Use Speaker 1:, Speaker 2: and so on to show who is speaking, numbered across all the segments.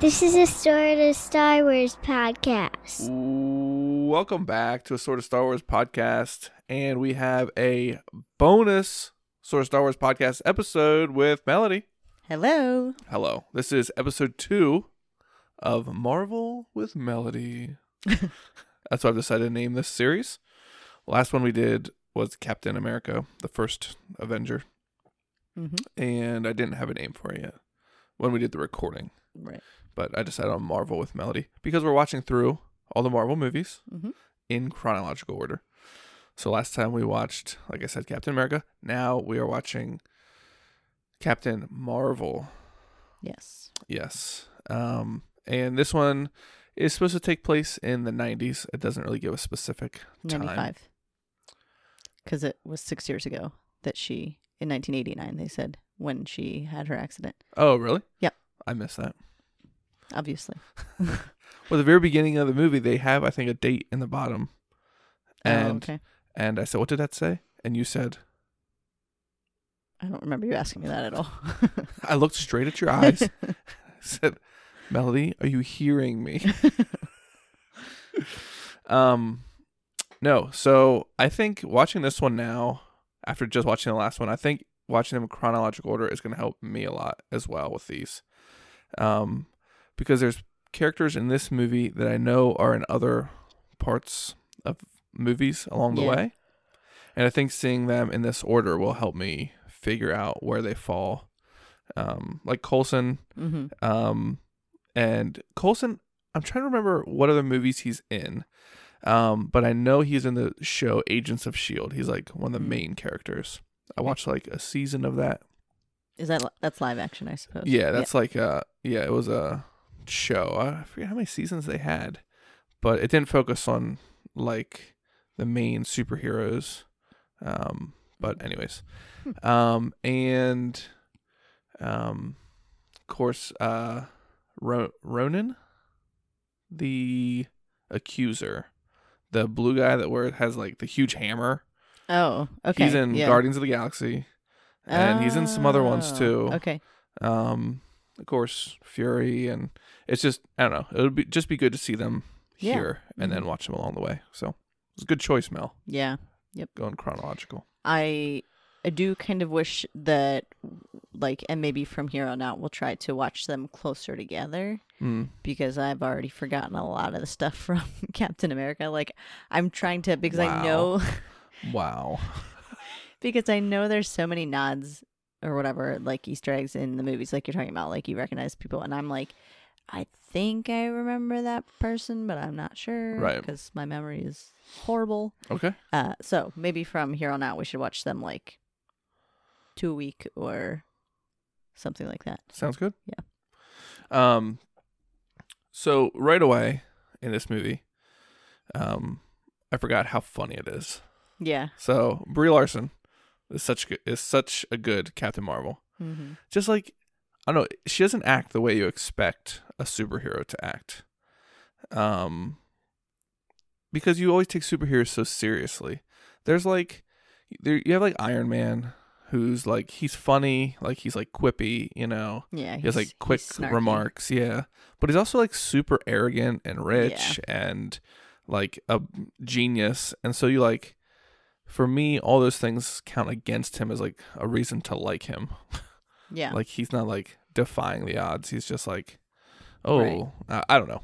Speaker 1: This is a Star to Star Wars podcast.
Speaker 2: Welcome back to a sort of Star Wars podcast, and we have a bonus sort of Star Wars podcast episode with Melody.
Speaker 3: Hello.
Speaker 2: Hello, this is episode two of Marvel with Melody. That's what I've decided to name this series. Last one we did was Captain America, the first Avenger,
Speaker 3: Mm-hmm.
Speaker 2: and I didn't have a name for it yet when we did the recording,
Speaker 3: Right.
Speaker 2: but I decided on Marvel with Melody because we're watching through all the Marvel movies.
Speaker 3: Mm-hmm.
Speaker 2: in chronological order. So last time we watched, like I said, Captain America. Now we are watching Captain Marvel.
Speaker 3: Yes.
Speaker 2: Yes. Um, and this one is supposed to take place in the 90s. It doesn't really give a specific time.
Speaker 3: 95. Because it was six years ago that she, in 1989, they said when she had her accident,
Speaker 2: Oh, really?
Speaker 3: Yep.
Speaker 2: I missed that.
Speaker 3: obviously.
Speaker 2: Well, the very beginning of the movie, they have, I think, a date in the bottom. And
Speaker 3: oh, okay.
Speaker 2: and I said, what did that say? And you said,
Speaker 3: I don't remember you asking me that at all.
Speaker 2: I looked straight at your eyes. said, Melody, are you hearing me? Um, no. So I think watching this one now, after just watching the last one, I think watching them in chronological order is going to help me a lot as well with these, um, because there's characters in this movie that I know are in other parts of movies along the
Speaker 3: Yeah.
Speaker 2: way, and I think seeing them in this order will help me figure out where they fall. Um, like Colson,
Speaker 3: hmm
Speaker 2: um, and Colson, I'm trying to remember what other movies he's in. Um, but I know he's in the show Agents of Shield. E He's like one of the
Speaker 3: Hmm.
Speaker 2: main characters. I watched like a season of that.
Speaker 3: Is that li- that's live action? I suppose.
Speaker 2: Yeah, that's like uh yeah, it was a show. I forget how many seasons they had, but it didn't focus on like the main superheroes. Um, but anyways, um, and um, of course, uh, Ro- Ronan, the accuser, the blue guy that wears has like the huge hammer.
Speaker 3: Oh, okay.
Speaker 2: He's in
Speaker 3: yeah.
Speaker 2: Guardians of the Galaxy, and he's in some other ones
Speaker 3: Oh,
Speaker 2: too
Speaker 3: Okay.
Speaker 2: um of course fury and it's just i don't know it would be just be good to see them
Speaker 3: Yeah. Mm-hmm.
Speaker 2: here and then watch them along the way so it's a good choice mel
Speaker 3: Yeah.
Speaker 2: going chronological
Speaker 3: I I do kind of wish that like and maybe from here on out we'll try to watch them closer together
Speaker 2: mm.
Speaker 3: because I've already forgotten a lot of the stuff from Captain America. Like I'm trying to because
Speaker 2: Wow.
Speaker 3: I know
Speaker 2: wow
Speaker 3: because I know there's so many nods or whatever like Easter eggs in the movies like you're talking about like you recognize people and I'm like I think I remember that person but I'm not sure
Speaker 2: Right.
Speaker 3: because my memory is horrible.
Speaker 2: okay
Speaker 3: Uh, so maybe from here on out, we should watch them like two a week or something like that.
Speaker 2: sounds good
Speaker 3: Yeah.
Speaker 2: um so right away in this movie um i forgot how funny it is
Speaker 3: Yeah.
Speaker 2: so brie larson is such good is such a good captain marvel
Speaker 3: Mm-hmm.
Speaker 2: just like I don't know, she doesn't act the way you expect a superhero to act. Um because you always take superheroes so seriously. There's like there you have like Iron Man who's like he's funny, like he's like quippy, you know.
Speaker 3: Yeah.
Speaker 2: He has
Speaker 3: he's-
Speaker 2: like quick
Speaker 3: he's snarky.
Speaker 2: remarks, yeah. But he's also like super arrogant and rich and like a genius. And so you like for me all those things count against him as like a reason to like him.
Speaker 3: Yeah.
Speaker 2: Like he's not like defying the odds. He's just like, oh,
Speaker 3: Right.
Speaker 2: I, I don't know.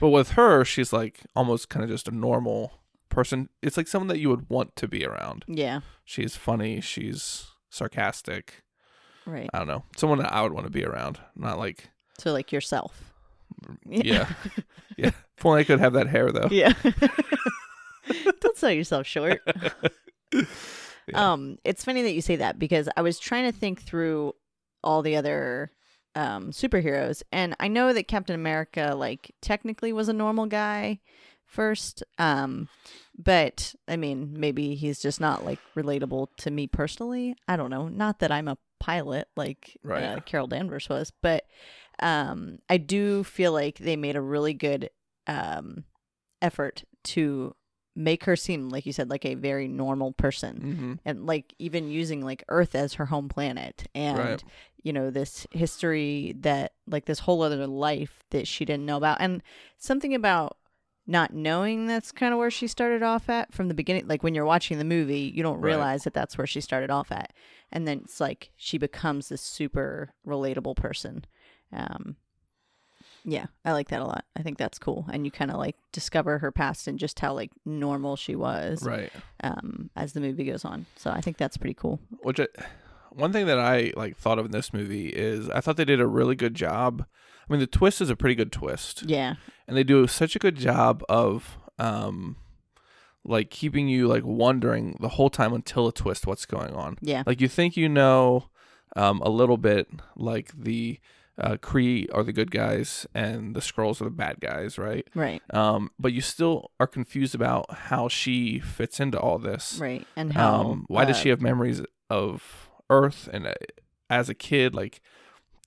Speaker 2: But with her, she's like almost kind of just a normal person. It's like someone that you would want to be around.
Speaker 3: yeah.
Speaker 2: She's funny. She's sarcastic.
Speaker 3: Right.
Speaker 2: I don't know. Someone that I would want to be around. Not like
Speaker 3: So like yourself.
Speaker 2: yeah, yeah. If only I could have that hair though.
Speaker 3: Yeah. Don't sell yourself short.
Speaker 2: Yeah.
Speaker 3: Um, it's funny that you say that because I was trying to think through all the other um superheroes and I know that Captain America like technically was a normal guy first. Um but I mean maybe he's just not like relatable to me personally. I don't know. Not that I'm a pilot like
Speaker 2: Right.
Speaker 3: uh, Carol Danvers was, but um I do feel like they made a really good um effort to make her seem like you said like a very normal person
Speaker 2: hmm
Speaker 3: and like even using like earth as her home planet and
Speaker 2: Right.
Speaker 3: you know this history that like this whole other life that she didn't know about and something about not knowing that's kind of where she started off at from the beginning like when you're watching the movie you don't
Speaker 2: Right.
Speaker 3: realize that that's where she started off at and then it's like she becomes this super relatable person um yeah i like that a lot i think that's cool and you kind of like discover her past and just how like normal she was
Speaker 2: Right.
Speaker 3: um, as the movie goes on. So I think that's pretty cool.
Speaker 2: Which I, one thing that I like thought of in this movie is I thought they did a really good job. I mean, the twist is a pretty good twist.
Speaker 3: Yeah.
Speaker 2: and they do such a good job of um like keeping you like wondering the whole time until a twist what's going on
Speaker 3: Yeah.
Speaker 2: like you think you know um a little bit like the uh kree are the good guys and the scrolls are the bad guys right
Speaker 3: Right.
Speaker 2: um but you still are confused about how she fits into all this
Speaker 3: Right. And how
Speaker 2: um why does
Speaker 3: uh,
Speaker 2: she have memories of earth and uh, as a kid like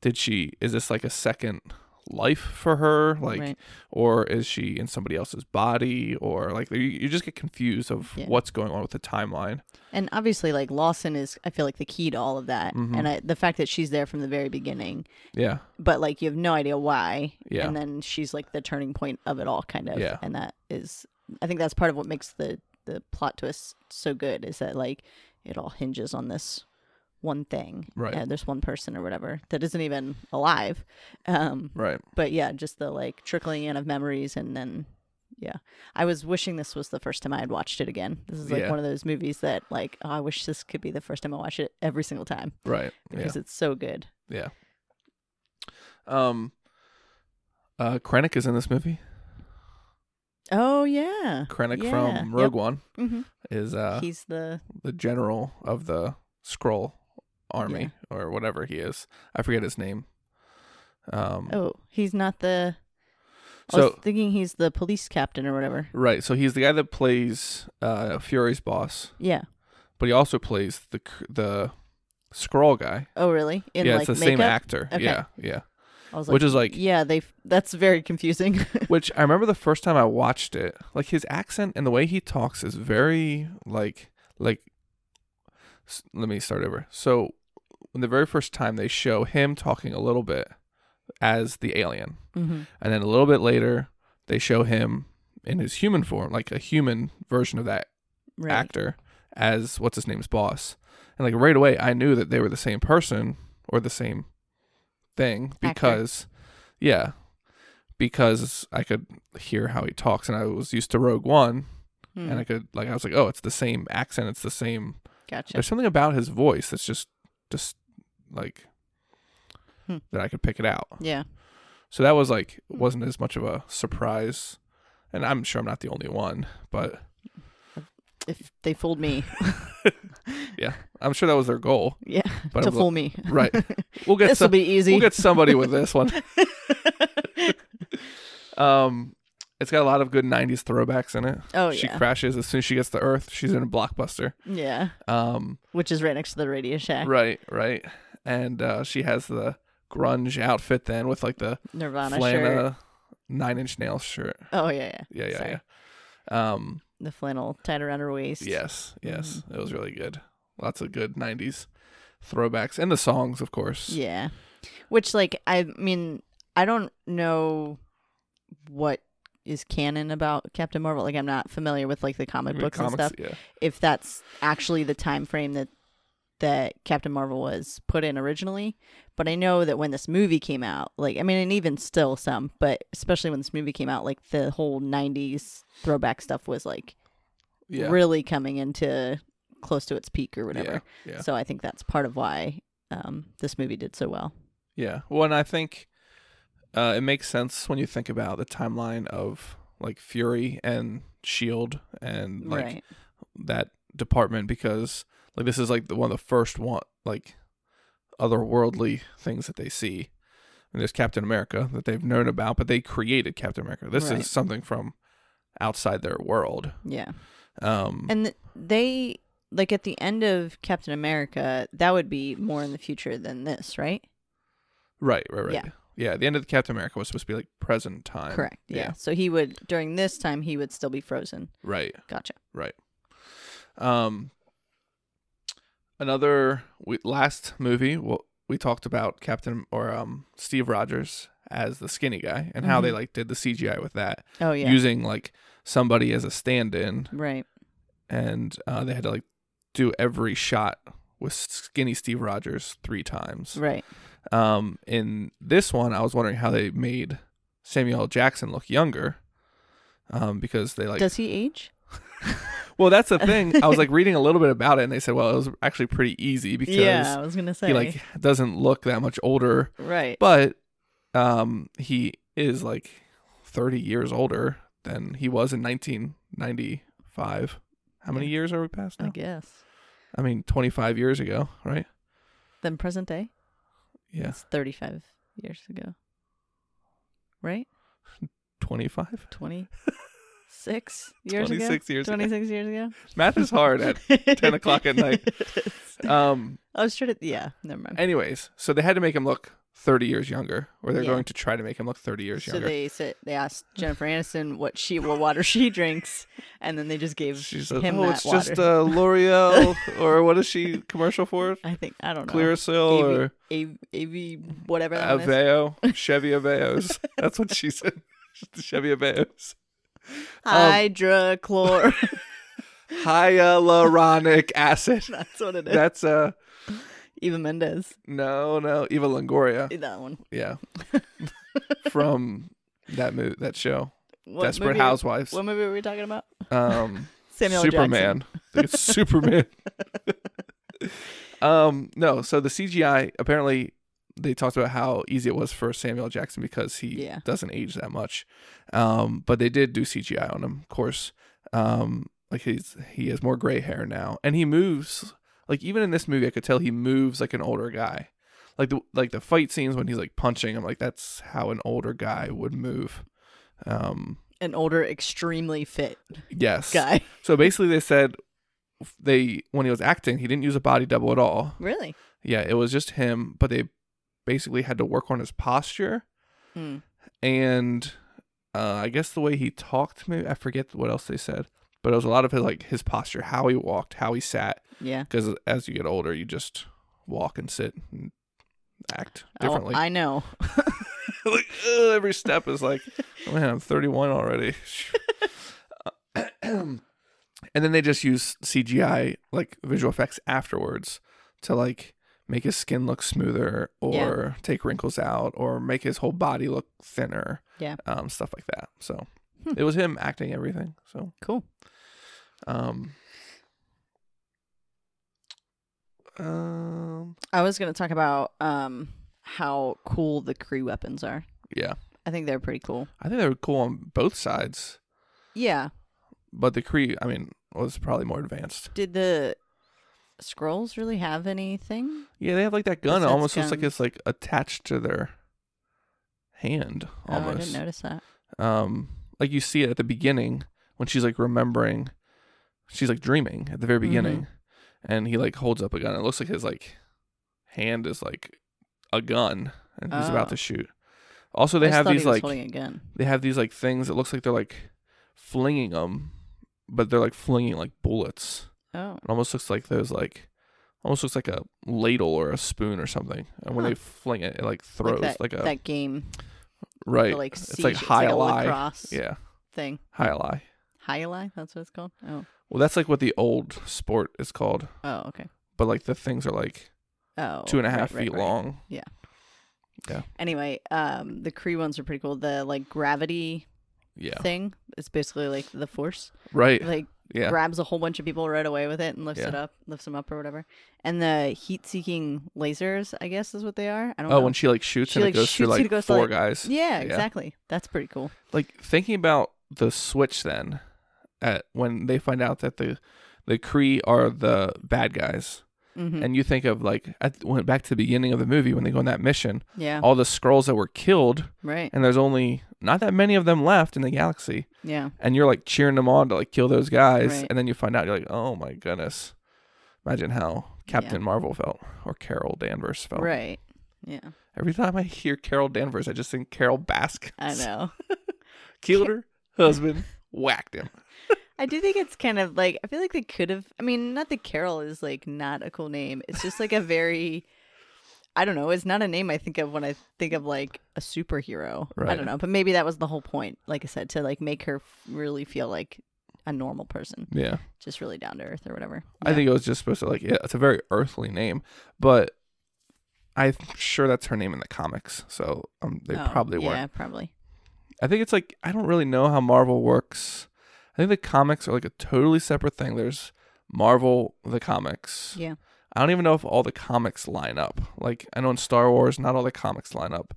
Speaker 2: did she is this like a second life for her like
Speaker 3: right.
Speaker 2: or is she in somebody else's body or like you, you just get confused of
Speaker 3: Yeah.
Speaker 2: what's going on with the timeline
Speaker 3: and obviously like Lawson is I feel like the key to all of that.
Speaker 2: Mhm.
Speaker 3: And I, the fact that she's there from the very beginning,
Speaker 2: yeah
Speaker 3: but like you have no idea why.
Speaker 2: Yeah.
Speaker 3: And then she's like the turning point of it all kind of.
Speaker 2: Yeah.
Speaker 3: And that is I think that's part of what makes the the plot twist so good is that like it all hinges on this one thing.
Speaker 2: Right.
Speaker 3: Uh, there's one person or whatever that isn't even alive. Um
Speaker 2: right
Speaker 3: but yeah, just the like trickling in of memories and then yeah. I was wishing this was the first time I had watched it again. This is like
Speaker 2: Yeah.
Speaker 3: one of those movies that like oh, I wish this could be the first time I watch it every single time
Speaker 2: right yeah
Speaker 3: because it's so good.
Speaker 2: yeah um uh krennic is in this movie
Speaker 3: Oh yeah.
Speaker 2: krennic
Speaker 3: Yeah.
Speaker 2: from rogue
Speaker 3: Yep.
Speaker 2: one
Speaker 3: Mhm.
Speaker 2: is uh
Speaker 3: He's the
Speaker 2: the general of the scroll army
Speaker 3: Yeah.
Speaker 2: or whatever he is i forget his name um
Speaker 3: Oh, he's not the I was
Speaker 2: so
Speaker 3: thinking he's the police captain or whatever.
Speaker 2: right so he's the guy that plays uh fury's boss
Speaker 3: Yeah.
Speaker 2: but he also plays the K- the scroll guy
Speaker 3: Oh really? In
Speaker 2: yeah,
Speaker 3: like
Speaker 2: it's the same
Speaker 3: makeup?
Speaker 2: actor.
Speaker 3: Okay.
Speaker 2: Yeah, yeah.
Speaker 3: I was
Speaker 2: Which
Speaker 3: like,
Speaker 2: is like,
Speaker 3: yeah, they that's very confusing.
Speaker 2: which I remember the first time I watched it, like his accent and the way he talks is very like, like. s- Let me start over. So, when the very first time they show him talking a little bit as the alien,
Speaker 3: hmm
Speaker 2: and then a little bit later they show him in his human form, like a human version of that
Speaker 3: Right.
Speaker 2: actor as what's his name's boss. And like right away I knew that they were the same person or the same thing
Speaker 3: Actor.
Speaker 2: because yeah. Because I could hear how he talks and I was used to Rogue One
Speaker 3: Hmm.
Speaker 2: and I could like I was like, Oh, it's the same accent, it's the same
Speaker 3: Gotcha.
Speaker 2: there's something about his voice that's just just like
Speaker 3: Hmm.
Speaker 2: that I could pick it out.
Speaker 3: Yeah.
Speaker 2: So that was like wasn't as much of a surprise and I'm sure I'm not the only one, but
Speaker 3: If they fooled me.
Speaker 2: I'm sure that was their goal.
Speaker 3: Yeah.
Speaker 2: But
Speaker 3: to
Speaker 2: I'm like-
Speaker 3: fool me.
Speaker 2: Right. We'll get
Speaker 3: this will
Speaker 2: some,
Speaker 3: be easy.
Speaker 2: we'll get somebody with this one. Um, it's got a lot of good '90s throwbacks in it.
Speaker 3: oh
Speaker 2: she
Speaker 3: yeah,
Speaker 2: crashes as soon as she gets to Earth. She's in a blockbuster.
Speaker 3: yeah.
Speaker 2: Um,
Speaker 3: Which is right next to the Radio Shack,
Speaker 2: right, right, and uh, she has the grunge outfit then with like the
Speaker 3: Nirvana shirt.
Speaker 2: flanna nine inch nail shirt.
Speaker 3: Oh yeah, yeah,
Speaker 2: Yeah, yeah,
Speaker 3: Sorry.
Speaker 2: yeah. Um,
Speaker 3: The flannel tied around her waist.
Speaker 2: yes, yes,
Speaker 3: Mm.
Speaker 2: it was really good. Lots of good '90s throwbacks and the songs, of course.
Speaker 3: yeah. Which, like, I mean, I don't know what is canon about Captain Marvel. Like, I'm not familiar with like the
Speaker 2: I
Speaker 3: comic
Speaker 2: mean,
Speaker 3: books and
Speaker 2: comics,
Speaker 3: stuff. If that's actually the time frame that that Captain Marvel was put in originally. But I know that when this movie came out, like I mean, and even still some, but especially when this movie came out, like the whole '90s throwback stuff was like
Speaker 2: Yeah, yeah,
Speaker 3: really coming into close to its peak or
Speaker 2: yeah,
Speaker 3: whatever.
Speaker 2: yeah.
Speaker 3: So I think that's part of why um, this movie did so well.
Speaker 2: Yeah. Well, and I think uh, it makes sense when you think about the timeline of like Fury and Shield E and like
Speaker 3: right.
Speaker 2: that department because like this is like the one of the first one like otherworldly things that they see. And there's Captain America that they've known about, but they created Captain America. This
Speaker 3: Right.
Speaker 2: is something from outside their world.
Speaker 3: Yeah.
Speaker 2: Um,
Speaker 3: And th- they like at the end of Captain America, that would be more in the future than this, right?
Speaker 2: right, right, right.
Speaker 3: Yeah.
Speaker 2: Yeah, the end of the Captain America was supposed to be like present time.
Speaker 3: Correct. Yeah.
Speaker 2: yeah.
Speaker 3: So he would during this time he would still be frozen.
Speaker 2: Right.
Speaker 3: Gotcha.
Speaker 2: Right. Um another we, last movie well, we talked about Captain or um Steve Rogers as the skinny guy and how they like did the CGI with that
Speaker 3: Oh Mm-hmm. yeah.
Speaker 2: using like somebody as a stand-in
Speaker 3: right.
Speaker 2: and uh, they had to like do every shot with skinny Steve Rogers 3 times.
Speaker 3: Right.
Speaker 2: Um in this one I was wondering how they made Samuel L. Jackson look younger. Um, because they like
Speaker 3: Does he age?
Speaker 2: Well, that's the thing. I was like reading a little bit about it, and they said, well, it was actually pretty easy because
Speaker 3: yeah, I was gonna say.
Speaker 2: he like doesn't look that much older,
Speaker 3: right.
Speaker 2: but um, he is like 30 years older than he was in 1995. How many years are we past
Speaker 3: I
Speaker 2: now?
Speaker 3: guess.
Speaker 2: I mean, 25 years ago, right?
Speaker 3: Then present day.
Speaker 2: Yeah,
Speaker 3: It's thirty five years ago. Right?
Speaker 2: 25.
Speaker 3: Twenty six years ago.
Speaker 2: 26 years ago.
Speaker 3: Twenty six years ago.
Speaker 2: Math is hard at 10 o'clock at night. Um,
Speaker 3: I was trying to yeah, never mind.
Speaker 2: anyways, so they had to make him look 30 years younger, or they're
Speaker 3: Yeah.
Speaker 2: going to try to make him look 30 years
Speaker 3: So
Speaker 2: younger.
Speaker 3: they said they asked Jennifer Aniston what she what water she drinks, and then they just gave
Speaker 2: She's like,
Speaker 3: him
Speaker 2: oh,
Speaker 3: that
Speaker 2: it's
Speaker 3: water.
Speaker 2: just uh, L'Oreal or what is she commercial for?
Speaker 3: I think I don't know.
Speaker 2: Clearasil or
Speaker 3: AV, AV whatever that one is.
Speaker 2: Aveo, Chevy Aveos. That's what she said. Chevy Aveos. um,
Speaker 3: Hydrochlor.
Speaker 2: Hyaluronic acid.
Speaker 3: That's what it is.
Speaker 2: That's uh
Speaker 3: Eva Mendes.
Speaker 2: no, no, Eva Longoria.
Speaker 3: That one.
Speaker 2: Yeah, from that mo- that show,
Speaker 3: What
Speaker 2: Desperate
Speaker 3: movie-
Speaker 2: Housewives.
Speaker 3: What movie were we talking about?
Speaker 2: Um,
Speaker 3: Samuel L.
Speaker 2: Superman. I think it's Superman. um, no, so the CGI apparently they talked about how easy it was for Samuel L. Jackson because he
Speaker 3: Yeah.
Speaker 2: doesn't age that much. Um, but they did do CGI on him, of course. Um, like he's he has more gray hair now, and he moves like even in this movie, I could tell he moves like an older guy. Like the like the fight scenes when he's like punching, I'm like that's how an older guy would move. Um,
Speaker 3: An older, extremely fit
Speaker 2: yes,
Speaker 3: guy.
Speaker 2: so basically, they said f- they when he was acting, he didn't use a body double at all.
Speaker 3: really?
Speaker 2: Yeah, it was just him, but they basically had to work on his posture
Speaker 3: Hmm.
Speaker 2: and uh, I guess the way he talked. Maybe I forget what else they said, but it was a lot of his like his posture, how he walked, how he sat.
Speaker 3: Yeah.
Speaker 2: Because as you get older, you just walk and sit and act
Speaker 3: Oh,
Speaker 2: differently.
Speaker 3: I know.
Speaker 2: like ugh, every step is like, oh, man, I'm 31 already. and then they just use CGI like visual effects afterwards to like make his skin look smoother or take wrinkles out or make his whole body look thinner.
Speaker 3: Yeah. Hmm.
Speaker 2: Um, stuff like that. So it was him acting everything. So
Speaker 3: Cool.
Speaker 2: um. Um.
Speaker 3: I was gonna talk about um how cool the Kree weapons are.
Speaker 2: Yeah,
Speaker 3: I think they're pretty cool.
Speaker 2: I think they were cool on both sides.
Speaker 3: Yeah.
Speaker 2: but the Kree, I mean, was probably more advanced.
Speaker 3: Did the scrolls really have anything?
Speaker 2: Yeah, they have like that gun. It
Speaker 3: Besides
Speaker 2: almost looks like
Speaker 3: guns.
Speaker 2: it's like attached to their hand,
Speaker 3: Oh, I
Speaker 2: almost.
Speaker 3: didn't notice that.
Speaker 2: um, like you see it at the beginning when she's like remembering, she's like dreaming at the
Speaker 3: Mm-hmm.
Speaker 2: very beginning, and he like holds up a gun. It looks like his like hand is like a gun, and he's about
Speaker 3: Oh.
Speaker 2: to shoot. Also, they
Speaker 3: I just
Speaker 2: have
Speaker 3: thought
Speaker 2: these
Speaker 3: he was
Speaker 2: like
Speaker 3: holding a gun.
Speaker 2: they have these like things. It looks like they're like flinging them, but they're like flinging like bullets.
Speaker 3: Oh,
Speaker 2: It almost looks like those like almost looks like a ladle or a spoon or something. And when
Speaker 3: Huh.
Speaker 2: they fling it, it like throws like,
Speaker 3: that,
Speaker 2: a
Speaker 3: that game,
Speaker 2: right.
Speaker 3: the, like
Speaker 2: it's
Speaker 3: siege-
Speaker 2: like high
Speaker 3: a
Speaker 2: lie.
Speaker 3: lacrosse
Speaker 2: Yeah,
Speaker 3: thing.
Speaker 2: high lie.
Speaker 3: High lie, that's what it's called. Oh,
Speaker 2: Well, that's like what the old sport is called,
Speaker 3: oh, okay.
Speaker 2: but like the things are like
Speaker 3: Oh,
Speaker 2: two and a
Speaker 3: right,
Speaker 2: half
Speaker 3: right,
Speaker 2: feet
Speaker 3: right.
Speaker 2: long.
Speaker 3: Anyway, um, the Kree ones are pretty cool. The like gravity
Speaker 2: Yeah,
Speaker 3: thing, it's basically like the force,
Speaker 2: right.
Speaker 3: like
Speaker 2: Yeah,
Speaker 3: grabs a whole bunch of people right away with it and lifts
Speaker 2: Yeah.
Speaker 3: it up, lifts them up or whatever. And the heat-seeking lasers, I guess, is what they are. I don't
Speaker 2: Oh,
Speaker 3: know.
Speaker 2: when she like shoots
Speaker 3: She,
Speaker 2: and
Speaker 3: like,
Speaker 2: it goes through
Speaker 3: shoots,
Speaker 2: like
Speaker 3: it goes to,
Speaker 2: four
Speaker 3: like-
Speaker 2: guys.
Speaker 3: yeah, exactly. That's pretty cool.
Speaker 2: Like thinking about the switch then, at when they find out that the the Kree are the bad guys,
Speaker 3: hmm
Speaker 2: and you think of like at, went back to the beginning of the movie when they go on that mission,
Speaker 3: yeah,
Speaker 2: all the scrolls that were killed
Speaker 3: right.
Speaker 2: and there's only not that many of them left in the galaxy
Speaker 3: Yeah,
Speaker 2: and you're like cheering them on to like kill those guys
Speaker 3: Right.
Speaker 2: and then you find out you're like oh my goodness imagine how captain marvel felt or carol danvers felt
Speaker 3: right. Yeah,
Speaker 2: Every time I hear Carol Danvers, I just think Carol Baskins.
Speaker 3: I know.
Speaker 2: Killed her husband, whacked him.
Speaker 3: I do think it's kind of like I feel like they could have. I mean, not that Carol is like not a cool name. It's just like a very, I don't know. It's not a name I think of when I think of like a superhero. I
Speaker 2: Right.
Speaker 3: don't know, but maybe that was the whole point. Like I said, to like make her f- really feel like a normal person,
Speaker 2: Yeah.
Speaker 3: just really down to earth or whatever.
Speaker 2: I think it was just supposed to like yeah, it's a very earthly name, but I'm sure that's her name in the comics. So um, they
Speaker 3: Oh,
Speaker 2: probably
Speaker 3: yeah,
Speaker 2: weren't.
Speaker 3: probably.
Speaker 2: I think it's like I don't really know how Marvel works. I think the comics are like a totally separate thing. There's Marvel the comics.
Speaker 3: Yeah.
Speaker 2: I don't even know if all the comics line up. Like I know in Star Wars, not all the comics line up.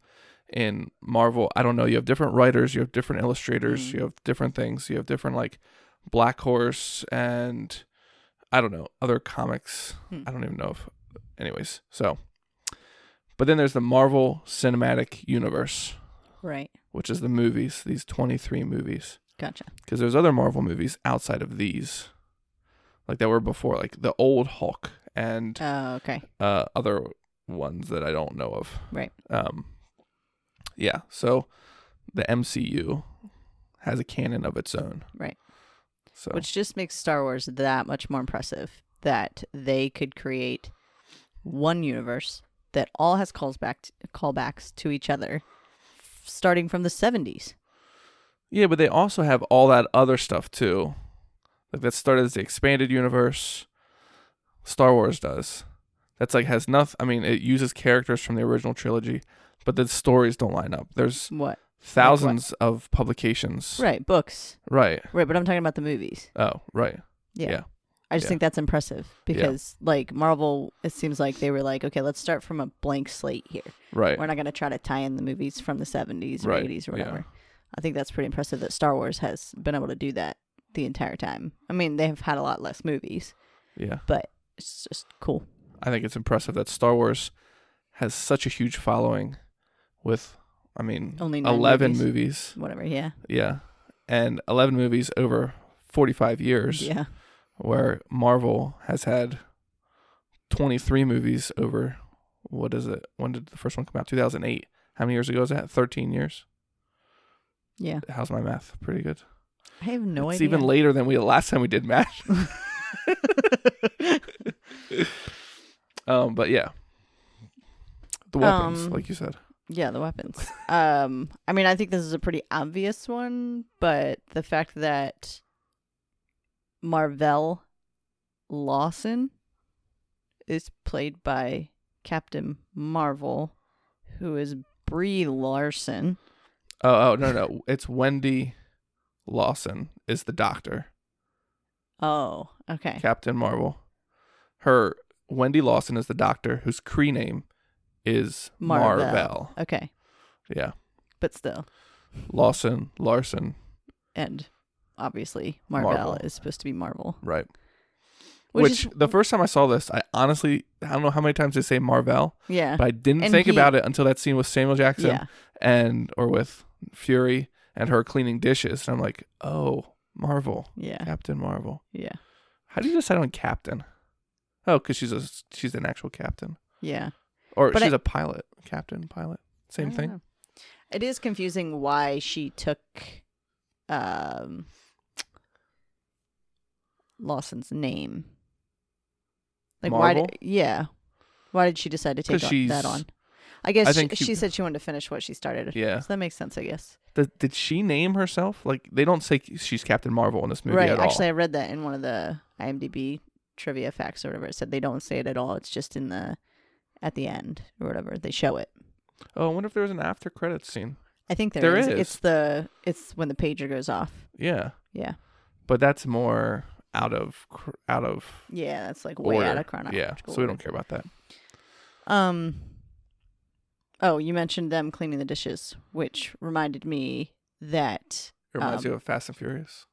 Speaker 2: In Marvel, I don't know. You have different writers, you have different illustrators,
Speaker 3: Mhm.
Speaker 2: you have different things, you have different like Black Horse and I don't know other comics.
Speaker 3: Hmm.
Speaker 2: I don't even know if. Anyways, so. But then there's the Marvel Cinematic Universe
Speaker 3: Right.
Speaker 2: which is the movies, these 23 movies.
Speaker 3: Gotcha.
Speaker 2: Because there's other Marvel movies outside of these, like that were before, like the old Hulk and
Speaker 3: Oh, okay.
Speaker 2: uh, other ones that I don't know of.
Speaker 3: Right.
Speaker 2: Um, yeah, so the MCU has a canon of its own.
Speaker 3: Right.
Speaker 2: So,
Speaker 3: Which just makes Star Wars that much more impressive that they could create one universe that all has calls back t callbacks to each other, f- starting from the 70s.
Speaker 2: yeah, but they also have all that other stuff too. Like that started as the expanded universe. Star Wars does. That's like has nothing. I mean, it uses characters from the original trilogy, but the stories don't line up. There's
Speaker 3: What?
Speaker 2: thousands of publications.
Speaker 3: Right, books.
Speaker 2: Right.
Speaker 3: Right, but I'm talking about the movies.
Speaker 2: Oh, right.
Speaker 3: Yeah.
Speaker 2: Yeah.
Speaker 3: I just
Speaker 2: Yeah.
Speaker 3: think that's impressive because, like, Marvel, it seems like they were like, okay, let's start from a blank slate here.
Speaker 2: Right.
Speaker 3: We're not going to try to tie in the movies from the 70s or
Speaker 2: Right,
Speaker 3: 80s or
Speaker 2: yeah.
Speaker 3: whatever. I think that's pretty impressive that Star Wars has been able to do that the entire time. I mean, they have had a lot less movies,
Speaker 2: Yeah.
Speaker 3: but it's just cool.
Speaker 2: I think it's impressive that Star Wars has such a huge following with I mean
Speaker 3: Only nine
Speaker 2: 11
Speaker 3: movies.
Speaker 2: movies.
Speaker 3: Whatever, yeah.
Speaker 2: Yeah. And 11 movies over 45 years.
Speaker 3: Yeah.
Speaker 2: where Marvel has had 23 movies over what is it? When did the first one come out? 2008. How many years ago is that? 13 years.
Speaker 3: Yeah.
Speaker 2: How's my math? Pretty good.
Speaker 3: I have no
Speaker 2: it's
Speaker 3: idea.
Speaker 2: even later than we last time we did math. um, but yeah, the weapons,
Speaker 3: Um,
Speaker 2: like you said.
Speaker 3: yeah, the weapons. Um I mean, I think this is a pretty obvious one, but the fact that Marvell Lawson is played by Captain Marvel, who is Brie Larson.
Speaker 2: Oh, oh no, no, it's Wendy Lawson is the doctor,
Speaker 3: Oh, okay.
Speaker 2: Captain Marvel. Her Wendy Lawson is the doctor, whose Cree name is
Speaker 3: Marvel.
Speaker 2: Marvel.
Speaker 3: Okay.
Speaker 2: Yeah.
Speaker 3: But still.
Speaker 2: Lawson, Larson,
Speaker 3: And obviously Marvell
Speaker 2: Marvel.
Speaker 3: is supposed to be Marvel.
Speaker 2: right.
Speaker 3: Which,
Speaker 2: Which,
Speaker 3: is,
Speaker 2: the first time I saw this, I honestly I don't know how many times they say Marvel,
Speaker 3: yeah.
Speaker 2: but I didn't
Speaker 3: Uh, And
Speaker 2: think
Speaker 3: he-
Speaker 2: about it until that scene with Samuel Jackson
Speaker 3: yeah.
Speaker 2: and or with Fury and her cleaning dishes. And I'm like, oh, Marvel.
Speaker 3: Yeah.
Speaker 2: Captain Marvel.
Speaker 3: Yeah.
Speaker 2: How do you decide on captain? Oh, because she's a she's an actual captain.
Speaker 3: Yeah.
Speaker 2: Or
Speaker 3: But I- Ah,
Speaker 2: she's a pilot. Captain, pilot.
Speaker 3: I
Speaker 2: Same
Speaker 3: don't
Speaker 2: thing.
Speaker 3: know. Oh. It is confusing why she took um Lawson's name. Like why
Speaker 2: Marvel?
Speaker 3: did, yeah. Why did she decide to take
Speaker 2: 'Cause
Speaker 3: on, that
Speaker 2: she's-
Speaker 3: on? I guess
Speaker 2: I
Speaker 3: she,
Speaker 2: think she-
Speaker 3: she, said she wanted to finish what she started.
Speaker 2: Yeah.
Speaker 3: So that makes sense, I guess.
Speaker 2: Th- did she name herself? Like they don't say she's Captain Marvel in this movie
Speaker 3: right.
Speaker 2: at all.
Speaker 3: Actually I read that in one of the IMDB trivia facts or whatever. It said they don't say it at all. It's just in the at the end or whatever. They show it.
Speaker 2: oh, I wonder if there was an after credits scene.
Speaker 3: I think
Speaker 2: There
Speaker 3: is.
Speaker 2: is.
Speaker 3: It's the it's when the pager goes off.
Speaker 2: Yeah.
Speaker 3: Yeah.
Speaker 2: but that's more out of cr- out of
Speaker 3: Yeah, that's like way
Speaker 2: order.
Speaker 3: out of chronological.
Speaker 2: Yeah, so we
Speaker 3: order.
Speaker 2: don't care about that.
Speaker 3: Um. Oh, you mentioned them cleaning the dishes, which reminded me that
Speaker 2: It reminds
Speaker 3: Um,
Speaker 2: you of Fast and Furious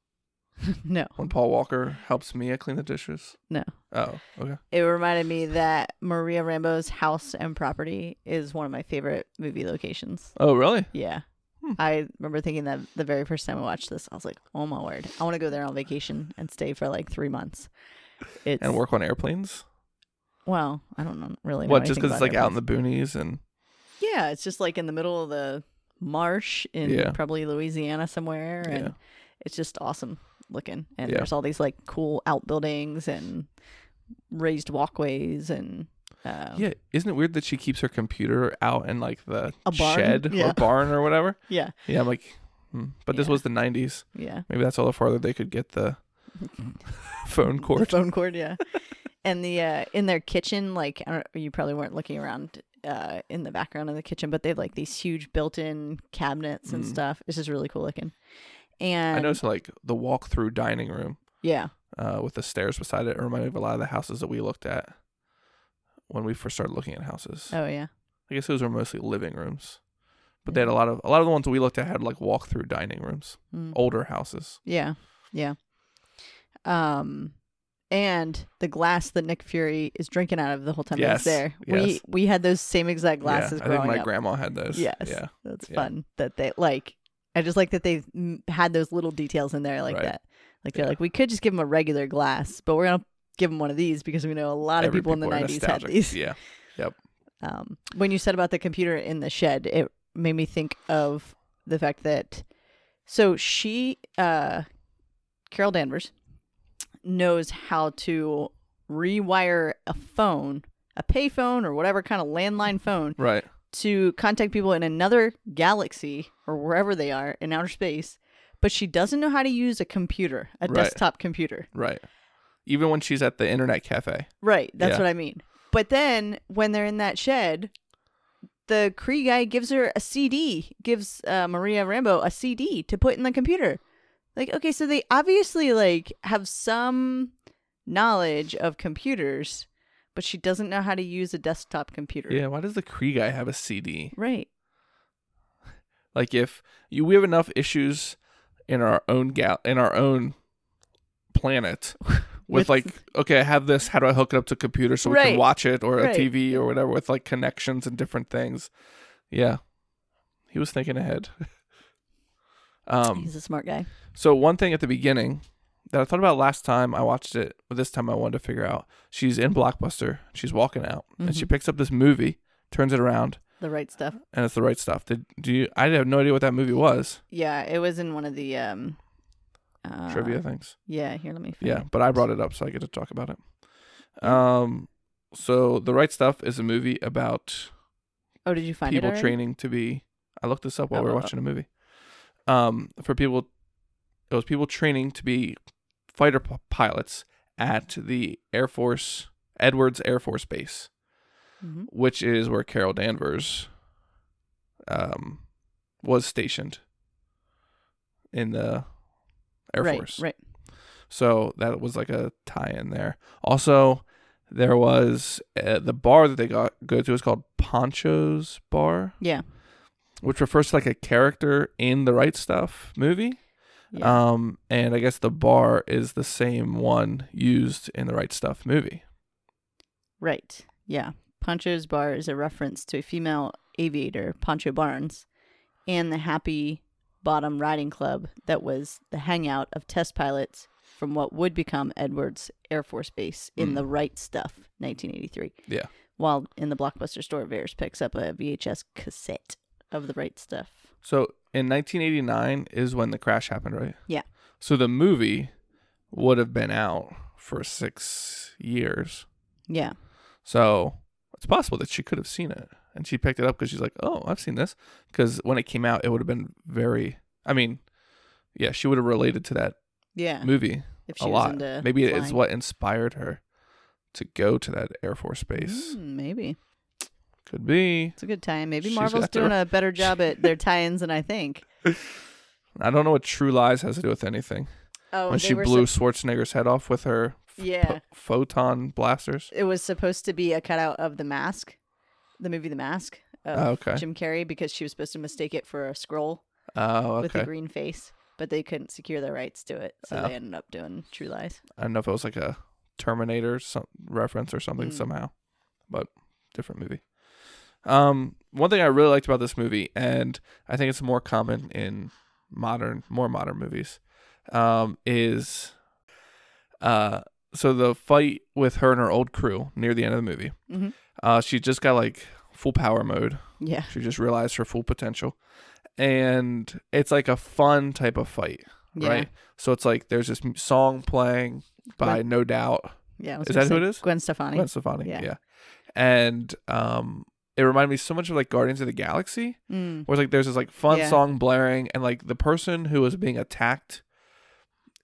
Speaker 3: no,
Speaker 2: when Paul Walker helps Mia clean the dishes.
Speaker 3: No.
Speaker 2: Oh, okay.
Speaker 3: it reminded me that Maria Rambo's house and property is one of my favorite movie locations.
Speaker 2: Oh, really?
Speaker 3: Yeah.
Speaker 2: Hmm.
Speaker 3: I remember thinking that the very first time I watched this, I was like, "Oh my word! I want to go there on vacation and stay for like three months." It's
Speaker 2: And work on airplanes?
Speaker 3: well, I don't know, really. know
Speaker 2: what? Just
Speaker 3: anything
Speaker 2: because it's
Speaker 3: about
Speaker 2: like out in
Speaker 3: airplanes.
Speaker 2: the boonies and
Speaker 3: Yeah, it's just like in the middle of the marsh in
Speaker 2: Yeah.
Speaker 3: probably Louisiana somewhere, and
Speaker 2: Yeah.
Speaker 3: it's just awesome looking. And
Speaker 2: Yeah.
Speaker 3: there's all these like cool outbuildings and raised walkways and uh, yeah.
Speaker 2: Yeah, isn't it weird that she keeps her computer out in like the
Speaker 3: A barn?
Speaker 2: shed
Speaker 3: Yeah.
Speaker 2: or barn or whatever?
Speaker 3: yeah,
Speaker 2: Yeah, I'm like, hmm. but this
Speaker 3: Yeah.
Speaker 2: was the '90s. Maybe that's all the farther they could get the phone
Speaker 3: The
Speaker 2: cord.
Speaker 3: phone cord, yeah. and the uh, in their kitchen, like I don't, you probably weren't looking around uh, in the background of the kitchen, but they had like these huge built-in cabinets and
Speaker 2: Mm.
Speaker 3: stuff. It's just really cool looking. And
Speaker 2: I noticed like the walk-through dining room
Speaker 3: yeah,
Speaker 2: uh, with the stairs beside it. It reminded me of a lot of the houses that we looked at when we first started looking at houses.
Speaker 3: oh yeah,
Speaker 2: I guess those were mostly living rooms, but they had a lot of a lot of the ones that we looked at had like walk-through dining rooms.
Speaker 3: Mm.
Speaker 2: Older houses.
Speaker 3: Yeah. Yeah. Um and the glass that Nick Fury is drinking out of the whole time
Speaker 2: Yes,
Speaker 3: he's there.
Speaker 2: yes.
Speaker 3: We we had those same exact
Speaker 2: Yeah,
Speaker 3: glasses
Speaker 2: I think
Speaker 3: growing
Speaker 2: my
Speaker 3: up.
Speaker 2: grandma had those.
Speaker 3: yes.
Speaker 2: Yeah.
Speaker 3: That's
Speaker 2: yeah.
Speaker 3: fun that they like I just like that they've mm, had those little details in there like
Speaker 2: Right.
Speaker 3: that. Like they're
Speaker 2: Yeah.
Speaker 3: like we could just give him a regular glass, but we're going to give him one of these because we know a lot
Speaker 2: Every
Speaker 3: of people in the
Speaker 2: are
Speaker 3: 90s had
Speaker 2: nostalgic.
Speaker 3: these.
Speaker 2: Yeah.
Speaker 3: Um, when you said about the computer in the shed, it made me think of the fact that so she, uh, Carol Danvers, knows how to rewire a phone, a payphone or whatever kind of landline phone,
Speaker 2: Right.
Speaker 3: to contact people in another galaxy or wherever they are in outer space. But she doesn't know how to use a computer, a
Speaker 2: Right.
Speaker 3: desktop computer.
Speaker 2: Right. Even when she's at the internet cafe.
Speaker 3: Right. That's
Speaker 2: Yeah.
Speaker 3: what I mean. But then when they're in that shed, the Cree guy gives her a CD, gives uh, Maria Rambo a CD to put in the computer. Like, okay, so they obviously like have some knowledge of computers, but she doesn't know how to use a desktop computer.
Speaker 2: Yeah. Why does the Cree guy have a CD?
Speaker 3: Right.
Speaker 2: Like if you we have enough issues in our own gal in our own planet with,
Speaker 3: With-
Speaker 2: like okay, I have this. How do I hook it up to a computer so we
Speaker 3: Right.
Speaker 2: can watch it or
Speaker 3: Right.
Speaker 2: a TV or whatever with like connections and different things? Yeah. He was thinking ahead. um.
Speaker 3: He's a smart guy.
Speaker 2: So one thing at the beginning that I thought about last time I watched it, but this time I wanted to figure out. She's in Blockbuster. She's walking out, and she picks up this movie, turns it around,
Speaker 3: The right stuff.
Speaker 2: and it's the right stuff. Did do you? I have no idea what that movie was.
Speaker 3: Yeah, it was in one of the um uh,
Speaker 2: trivia things.
Speaker 3: Yeah, here let me find
Speaker 2: Yeah,
Speaker 3: it.
Speaker 2: but I brought it up, so I get to talk about it. Um, so the right stuff is a movie about
Speaker 3: Oh, did you find
Speaker 2: people
Speaker 3: it? already?
Speaker 2: training to be. I looked this up while we were
Speaker 3: Oh.
Speaker 2: watching a movie. Um, for people, it was people training to be fighter p- pilots at the Air Force Edwards Air Force Base,
Speaker 3: Mhm.
Speaker 2: which is where Carol Danvers, um, was stationed in the Air
Speaker 3: right,
Speaker 2: Force.
Speaker 3: Right.
Speaker 2: So that was like a tie-in there. Also, there was uh, the bar that they got go to is called Poncho's Bar
Speaker 3: Yeah.
Speaker 2: which refers to like a character in the right stuff movie
Speaker 3: yeah.
Speaker 2: um and i guess the bar is the same one used in the right stuff movie
Speaker 3: Right. Yeah. Poncho's Bar is a reference to a female aviator, Poncho Barnes, and the Happy Bottom Riding Club that was the hangout of test pilots from what would become Edwards Air Force Base in
Speaker 2: Mm.
Speaker 3: the right stuff, 1983.
Speaker 2: Yeah.
Speaker 3: While in the blockbuster store, Veers picks up a VHS cassette of the right stuff.
Speaker 2: so in 1989 is when the crash happened right
Speaker 3: Yeah.
Speaker 2: so the movie would have been out for six years
Speaker 3: Yeah.
Speaker 2: so it's possible that she could have seen it and she picked it up because she's like oh i've seen this because when it came out it would have been very i mean yeah she would have related to that
Speaker 3: Yeah.
Speaker 2: movie
Speaker 3: If
Speaker 2: a lot.
Speaker 3: into
Speaker 2: Maybe it's
Speaker 3: flying.
Speaker 2: what inspired her to go to that Air Force base.
Speaker 3: Mm, maybe.
Speaker 2: Could be.
Speaker 3: It's a good time. Maybe
Speaker 2: She's
Speaker 3: Marvel's
Speaker 2: got the
Speaker 3: doing
Speaker 2: right-
Speaker 3: a better job at their tie ins than I think.
Speaker 2: I don't know what True Lies has to do with anything.
Speaker 3: Oh,
Speaker 2: when
Speaker 3: they
Speaker 2: she
Speaker 3: were
Speaker 2: blew Schwarzenegger's head off with her f-
Speaker 3: Yeah.
Speaker 2: pho- photon blasters.
Speaker 3: it was supposed to be a cutout of the mask the movie the mask of
Speaker 2: Oh, okay.
Speaker 3: jim carrey because she was supposed to mistake it for a scroll
Speaker 2: Oh,
Speaker 3: with a
Speaker 2: okay.
Speaker 3: green face but they couldn't secure the rights to it so
Speaker 2: Oh.
Speaker 3: they ended up doing true lies
Speaker 2: I don't know if it was like a Terminator some reference or something
Speaker 3: Mm.
Speaker 2: somehow, but different movie. Um, one thing I really liked about this movie, and I think it's more common in modern, more modern movies, um, is uh, so the fight with her and her old crew near the end of the movie.
Speaker 3: Mhm.
Speaker 2: Uh, she just got like full power mode.
Speaker 3: Yeah.
Speaker 2: She just realized her full potential. And it's like a fun type of fight,
Speaker 3: Yeah.
Speaker 2: right? So it's like there's this m- song playing by
Speaker 3: Gwen-
Speaker 2: No Doubt,
Speaker 3: Yeah. I was
Speaker 2: Is
Speaker 3: gonna
Speaker 2: that who
Speaker 3: say
Speaker 2: it is?
Speaker 3: Gwen Stefani.
Speaker 2: Gwen Stefani,
Speaker 3: Yeah.
Speaker 2: yeah. And um it reminded me so much of like Guardians of the Galaxy,
Speaker 3: Mm.
Speaker 2: where like there's this like fun
Speaker 3: Yeah.
Speaker 2: song blaring and like the person who is being attacked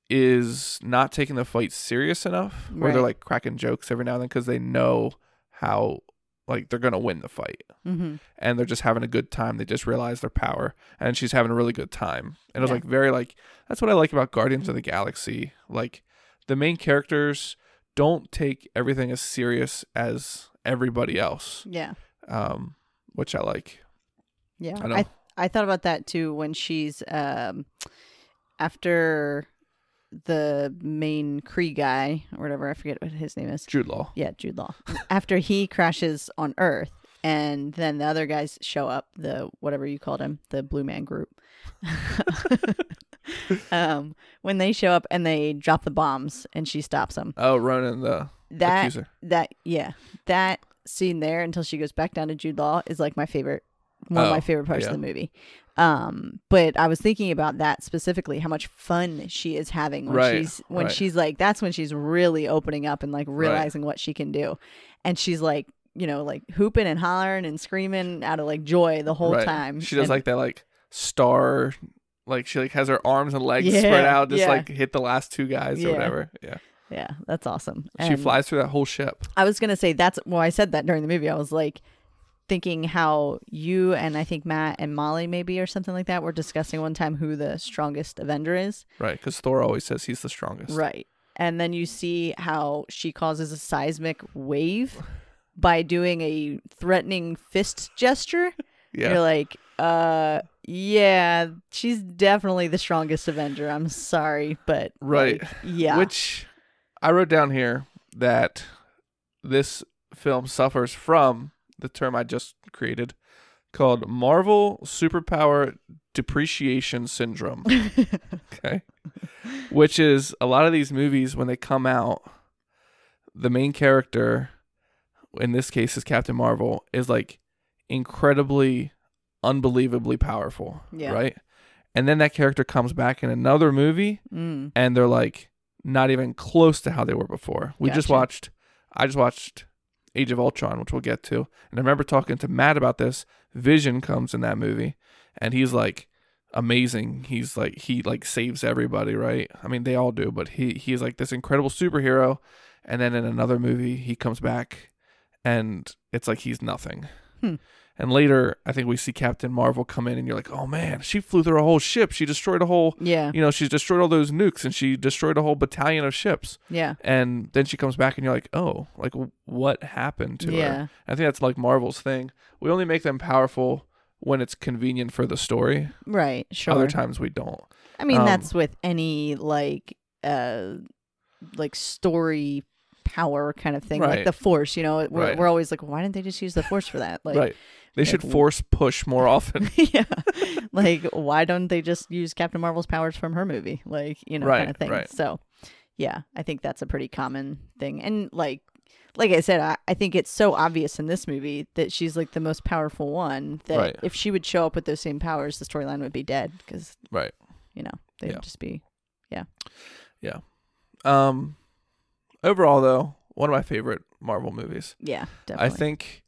Speaker 2: is not taking the fight serious enough where they're
Speaker 3: Right.
Speaker 2: like cracking jokes every now and then because they know how like they're gonna win the fight
Speaker 3: hmm
Speaker 2: and they're just having a good time. They just realize their power, and she's having a really good time. And it was
Speaker 3: Yeah.
Speaker 2: like very like that's what I like about Guardians of the Galaxy. Like the main characters don't take everything as serious as everybody else,
Speaker 3: Yeah.
Speaker 2: um, which I like.
Speaker 3: Yeah.
Speaker 2: I know.
Speaker 3: I, I thought about that too when she's um after the main Cree guy or whatever, I forget what his name is.
Speaker 2: Jude Law.
Speaker 3: Yeah, Jude Law. After he crashes on Earth, and then the other guys show up, the whatever you called him, the Blue Man Group. um, when they show up and they drop the bombs, and she stops them.
Speaker 2: Oh, Ronan the
Speaker 3: That
Speaker 2: accuser.
Speaker 3: that yeah, that scene there until she goes back down to Jude Law is like my favorite, one of
Speaker 2: Oh,
Speaker 3: my favorite parts
Speaker 2: yeah.
Speaker 3: of the movie. Um, but I was thinking about that specifically, how much fun she is having when
Speaker 2: Right,
Speaker 3: she's when
Speaker 2: right.
Speaker 3: she's like that's when she's really opening up and like realizing what she can do, and she's like you know like hooping and hollering and screaming out of like joy the whole
Speaker 2: Right.
Speaker 3: time.
Speaker 2: She does
Speaker 3: And-
Speaker 2: like that like star. Like she like has her arms and legs
Speaker 3: Yeah,
Speaker 2: spread out, just
Speaker 3: yeah.
Speaker 2: like hit the last two guys
Speaker 3: Yeah.
Speaker 2: or whatever. Yeah,
Speaker 3: yeah, that's awesome.
Speaker 2: she
Speaker 3: And-
Speaker 2: flies through that whole ship.
Speaker 3: I was gonna say that's well, I said that during the movie. I was like thinking how you and I think Matt and Molly maybe or something like that were discussing one time who the strongest Avenger is.
Speaker 2: Right, because Thor always says he's the strongest.
Speaker 3: Right. And then you see how she causes a seismic wave by doing a threatening fist gesture.
Speaker 2: Yeah.
Speaker 3: You're like, uh yeah, she's definitely the strongest Avenger. I'm sorry, but
Speaker 2: Right.
Speaker 3: like, yeah.
Speaker 2: Which I wrote down here that this film suffers from the term I just created called Marvel Superpower Depreciation Syndrome. okay. Which is a lot of these movies, when they come out, the main character, in this case is Captain Marvel, is like incredibly, unbelievably powerful.
Speaker 3: Yeah.
Speaker 2: Right. And then that character comes back in another movie
Speaker 3: Mm,
Speaker 2: and they're like not even close to how they were before. We just
Speaker 3: Gotcha.
Speaker 2: watched I just watched Age of Ultron, which we'll get to. And I remember talking to Matt about this. Vision comes in that movie and he's like amazing. He's like he like saves everybody, right? I mean they all do, but he he's like this incredible superhero and then in another movie he comes back and it's like he's nothing.
Speaker 3: Hmm.
Speaker 2: And later, I think we see Captain Marvel come in, and you're like, "Oh man, she flew through a whole ship. She destroyed a whole
Speaker 3: yeah.
Speaker 2: you know, she's destroyed all those nukes and she destroyed a whole battalion of ships.
Speaker 3: Yeah.
Speaker 2: And then she comes back and you're like, oh, like w- what happened to her?
Speaker 3: Yeah.
Speaker 2: I think that's like Marvel's thing. We only make them powerful when it's convenient for the story.
Speaker 3: Right. Sure.
Speaker 2: Other times we don't.
Speaker 3: I mean,
Speaker 2: Um,
Speaker 3: that's with any like uh like story power kind of thing,
Speaker 2: Right.
Speaker 3: like the force. You know, we're,
Speaker 2: Right.
Speaker 3: we're always like, why didn't they just use the force for that? Like,
Speaker 2: right. They
Speaker 3: like
Speaker 2: should
Speaker 3: w-
Speaker 2: force push more often.
Speaker 3: yeah, like why don't they just use Captain Marvel's powers from her movie? Like, you know,
Speaker 2: Right,
Speaker 3: kind of thing.
Speaker 2: right.
Speaker 3: So, yeah, I think that's a pretty common thing. And like, like I said, I, I think it's so obvious in this movie that she's like the most powerful one. That
Speaker 2: Right.
Speaker 3: if she would show up with those same powers, the storyline would be dead because
Speaker 2: right.
Speaker 3: you know they'd
Speaker 2: Yeah.
Speaker 3: just be
Speaker 2: Um, overall, though, one of my favorite Marvel movies.
Speaker 3: yeah. Definitely.
Speaker 2: I think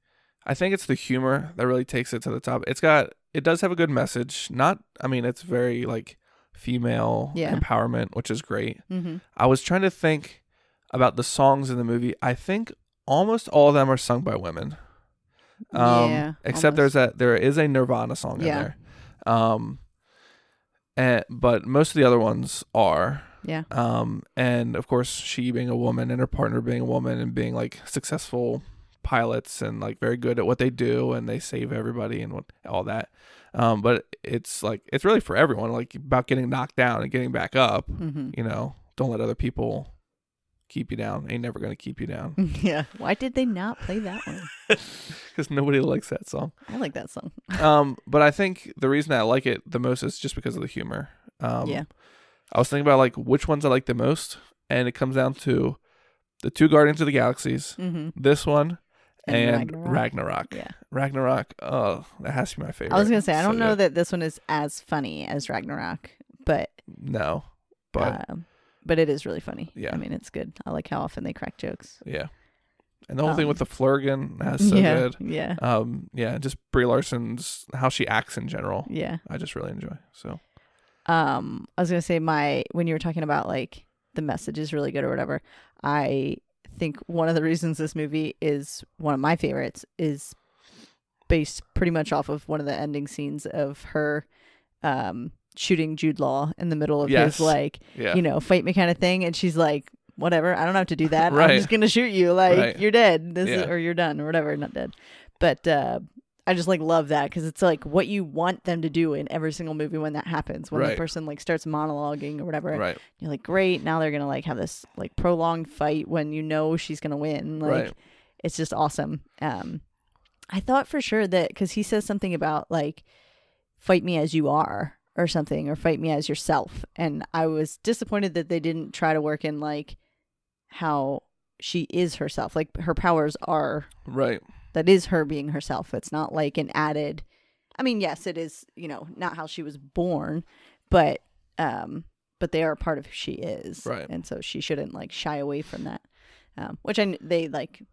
Speaker 2: I think it's the humor that really takes it to the top. It's got it does have a good message. Not I mean it's very like female
Speaker 3: Yeah.
Speaker 2: empowerment, which is great.
Speaker 3: Mm-hmm.
Speaker 2: I was trying to think about the songs in the movie. I think almost all of them are sung by women. Um
Speaker 3: Yeah,
Speaker 2: except
Speaker 3: almost.
Speaker 2: there's a there is a Nirvana song
Speaker 3: Yeah.
Speaker 2: in there. Um and, but most of the other ones are
Speaker 3: Yeah.
Speaker 2: um, and of course she being a woman and her partner being a woman and being like successful pilots and like very good at what they do and they save everybody and what, all that um, but it's like it's really for everyone like about getting knocked down and getting back up
Speaker 3: Mm-hmm.
Speaker 2: you know don't let other people keep you down ain't never gonna keep you down
Speaker 3: Mm-hmm. Yeah. Why did they not play that one?
Speaker 2: because nobody likes that song
Speaker 3: I like that song.
Speaker 2: um, but i think the reason i like it the most is just because of the humor um,
Speaker 3: yeah.
Speaker 2: I was thinking about like which ones I like the most, and it comes down to the two Guardians of the Galaxies,
Speaker 3: Mm-hmm.
Speaker 2: this one, and
Speaker 3: Ragnarok.
Speaker 2: Ragnarok.
Speaker 3: Yeah.
Speaker 2: Ragnarok. Oh, that has to be my favorite.
Speaker 3: I was gonna say I don't
Speaker 2: So
Speaker 3: know
Speaker 2: good.
Speaker 3: that this one is as funny as Ragnarok, but
Speaker 2: No, but
Speaker 3: um, but it is really funny.
Speaker 2: Yeah.
Speaker 3: I mean it's good. I like how often they crack jokes.
Speaker 2: yeah, and the whole thing with the
Speaker 3: um,
Speaker 2: Flurgan that's so
Speaker 3: yeah,
Speaker 2: good.
Speaker 3: yeah,
Speaker 2: Um, yeah, just Brie Larson's how she acts in general.
Speaker 3: yeah.
Speaker 2: I just really enjoy. So
Speaker 3: Um, I was gonna say my when you were talking about like the message is really good or whatever. I think one of the reasons this movie is one of my favorites is based pretty much off of one of the ending scenes of her um shooting Jude Law in the middle of
Speaker 2: Yes.
Speaker 3: his like
Speaker 2: yeah,
Speaker 3: you know, fight me kind of thing. And she's like, whatever, I don't have to do that.
Speaker 2: Right.
Speaker 3: I'm just gonna shoot you. Like
Speaker 2: Right.
Speaker 3: you're dead. This is,
Speaker 2: Yeah.
Speaker 3: or you're done or whatever. Not dead, but uh, I just like love that because it's like what you want them to do in every single movie when that happens. When
Speaker 2: Right.
Speaker 3: the person like starts monologuing or whatever,
Speaker 2: right,
Speaker 3: you're like, great. Now they're gonna like have this like prolonged fight when you know she's gonna win. Like
Speaker 2: Right.
Speaker 3: it's just awesome. Um, I thought for sure that because he says something about like fight me as you are or something or fight me as yourself and i was disappointed that they didn't try to work in like how she is herself like her powers are
Speaker 2: right,
Speaker 3: that is her being herself it's not like an added i mean yes it is you know not how she was born but um but they are a part of who she is
Speaker 2: Right.
Speaker 3: and so she shouldn't like shy away from that um which i kn- they like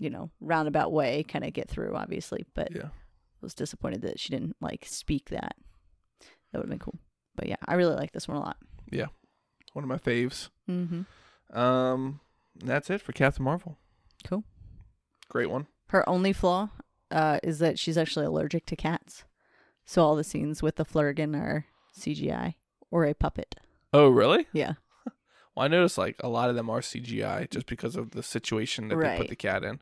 Speaker 3: you know roundabout way kind of get through obviously but
Speaker 2: yeah,
Speaker 3: was disappointed that she didn't like speak that. That would have been cool. But yeah, I really like this one a lot.
Speaker 2: one of my faves.
Speaker 3: Mm-hmm.
Speaker 2: Um, that's it for Captain Marvel.
Speaker 3: Cool.
Speaker 2: Great one.
Speaker 3: Her only flaw uh, is that she's actually allergic to cats, so all the scenes with the Flurgan are CGI or a puppet.
Speaker 2: Oh, really?
Speaker 3: Yeah,
Speaker 2: Well, I noticed like a lot of them are CGI just because of the situation that they put
Speaker 3: Right.
Speaker 2: the cat in.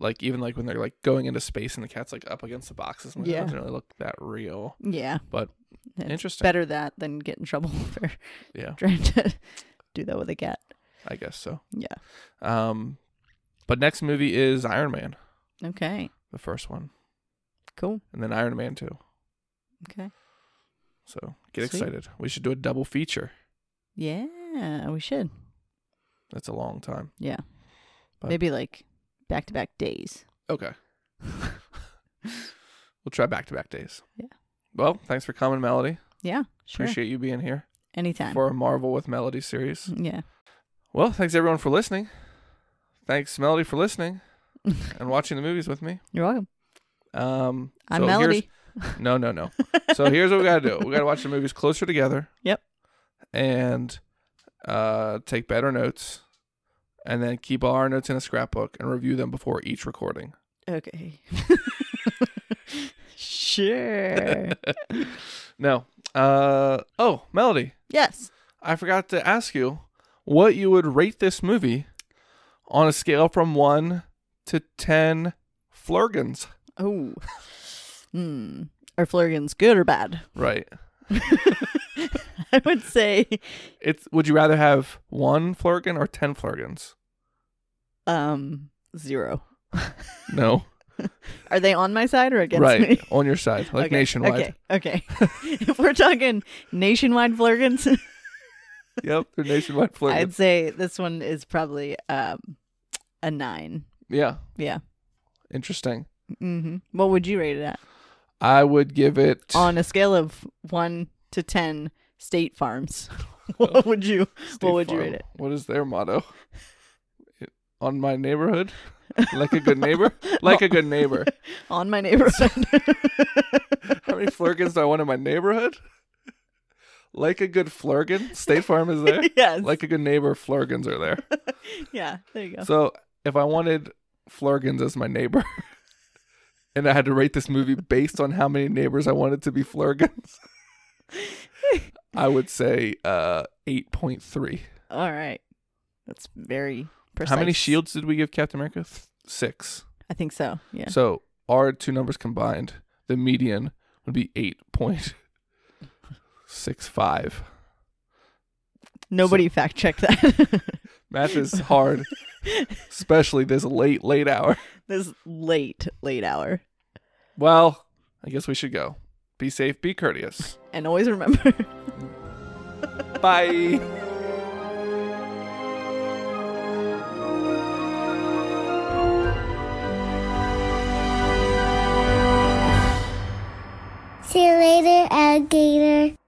Speaker 2: Like even like when they're like going into space and the cat's like up against the boxes, and like,
Speaker 3: Yeah.
Speaker 2: that doesn't really look that real.
Speaker 3: yeah.
Speaker 2: But
Speaker 3: It's
Speaker 2: interesting.
Speaker 3: Better that than get in trouble for
Speaker 2: Yeah,
Speaker 3: trying to do that with a cat.
Speaker 2: I guess so.
Speaker 3: Yeah.
Speaker 2: Um, but next movie is Iron Man,
Speaker 3: Okay.
Speaker 2: the first one,
Speaker 3: Cool.
Speaker 2: and then Iron Man two.
Speaker 3: Okay.
Speaker 2: So get
Speaker 3: Sweet.
Speaker 2: excited. We should do a double feature.
Speaker 3: Yeah, we should.
Speaker 2: That's a long time.
Speaker 3: Yeah.
Speaker 2: But-
Speaker 3: Maybe like back to back days.
Speaker 2: Okay. we'll try back to back days.
Speaker 3: Yeah.
Speaker 2: Well, thanks for coming, Melody.
Speaker 3: Yeah. Sure.
Speaker 2: Appreciate you being here
Speaker 3: Anytime.
Speaker 2: for a Marvel with Melody series.
Speaker 3: yeah.
Speaker 2: Well, thanks everyone for listening. Thanks Melody for listening and watching the movies with me.
Speaker 3: You're welcome.
Speaker 2: Um,
Speaker 3: I'm
Speaker 2: so here's-
Speaker 3: Melody.
Speaker 2: No, no, no. so here's what we gotta do. We gotta watch the movies closer together.
Speaker 3: Yep.
Speaker 2: And uh, take better notes, and then keep all our notes in a scrapbook and review them before each recording.
Speaker 3: Okay. sure.
Speaker 2: No. Uh, oh, Melody,
Speaker 3: yes.
Speaker 2: I forgot to ask you what you would rate this movie on a scale from one to ten flurgans.
Speaker 3: Oh. Hmm. Are Flurgans good or bad?
Speaker 2: Right.
Speaker 3: I would say
Speaker 2: It's would you rather have one flurgan or ten flurgans?
Speaker 3: um zero.
Speaker 2: No.
Speaker 3: Are they on my side or against
Speaker 2: right.
Speaker 3: me?
Speaker 2: On your side. Like
Speaker 3: Okay,
Speaker 2: nationwide.
Speaker 3: Okay. Okay. if we're talking nationwide Flurgans,
Speaker 2: Yep. They're nationwide flurgans.
Speaker 3: I'd say this one is probably um a nine.
Speaker 2: Yeah.
Speaker 3: Yeah.
Speaker 2: Interesting.
Speaker 3: Mm-hmm. What would you rate it at?
Speaker 2: I would give it
Speaker 3: On a scale of one to ten state farms.
Speaker 2: Oh.
Speaker 3: what would you
Speaker 2: State
Speaker 3: what would you
Speaker 2: Farm.
Speaker 3: rate it?
Speaker 2: What is their motto? It- on my neighborhood? Like a good neighbor? Like a good neighbor.
Speaker 3: on my neighborhood.
Speaker 2: How many flurgans do I want in my neighborhood? Like a good flurgan. State farm is there.
Speaker 3: yes.
Speaker 2: Like a good neighbor, flurgans are there.
Speaker 3: yeah. There you go.
Speaker 2: So if I wanted Flurgans as my neighbor, and I had to rate this movie based on how many neighbors I wanted to be Flurgans, I would say uh, eight point three.
Speaker 3: All right. That's very precise.
Speaker 2: How many shields did we give Captain America? Th- six.
Speaker 3: I think so. Yeah.
Speaker 2: So our two numbers combined, the median would be eight point six five.
Speaker 3: Nobody fact checked that.
Speaker 2: Math is hard, especially this late, late hour.
Speaker 3: this late, late hour.
Speaker 2: Well, I guess we should go. Be safe, be courteous.
Speaker 3: And always remember.
Speaker 2: Bye.
Speaker 1: See you later, alligator.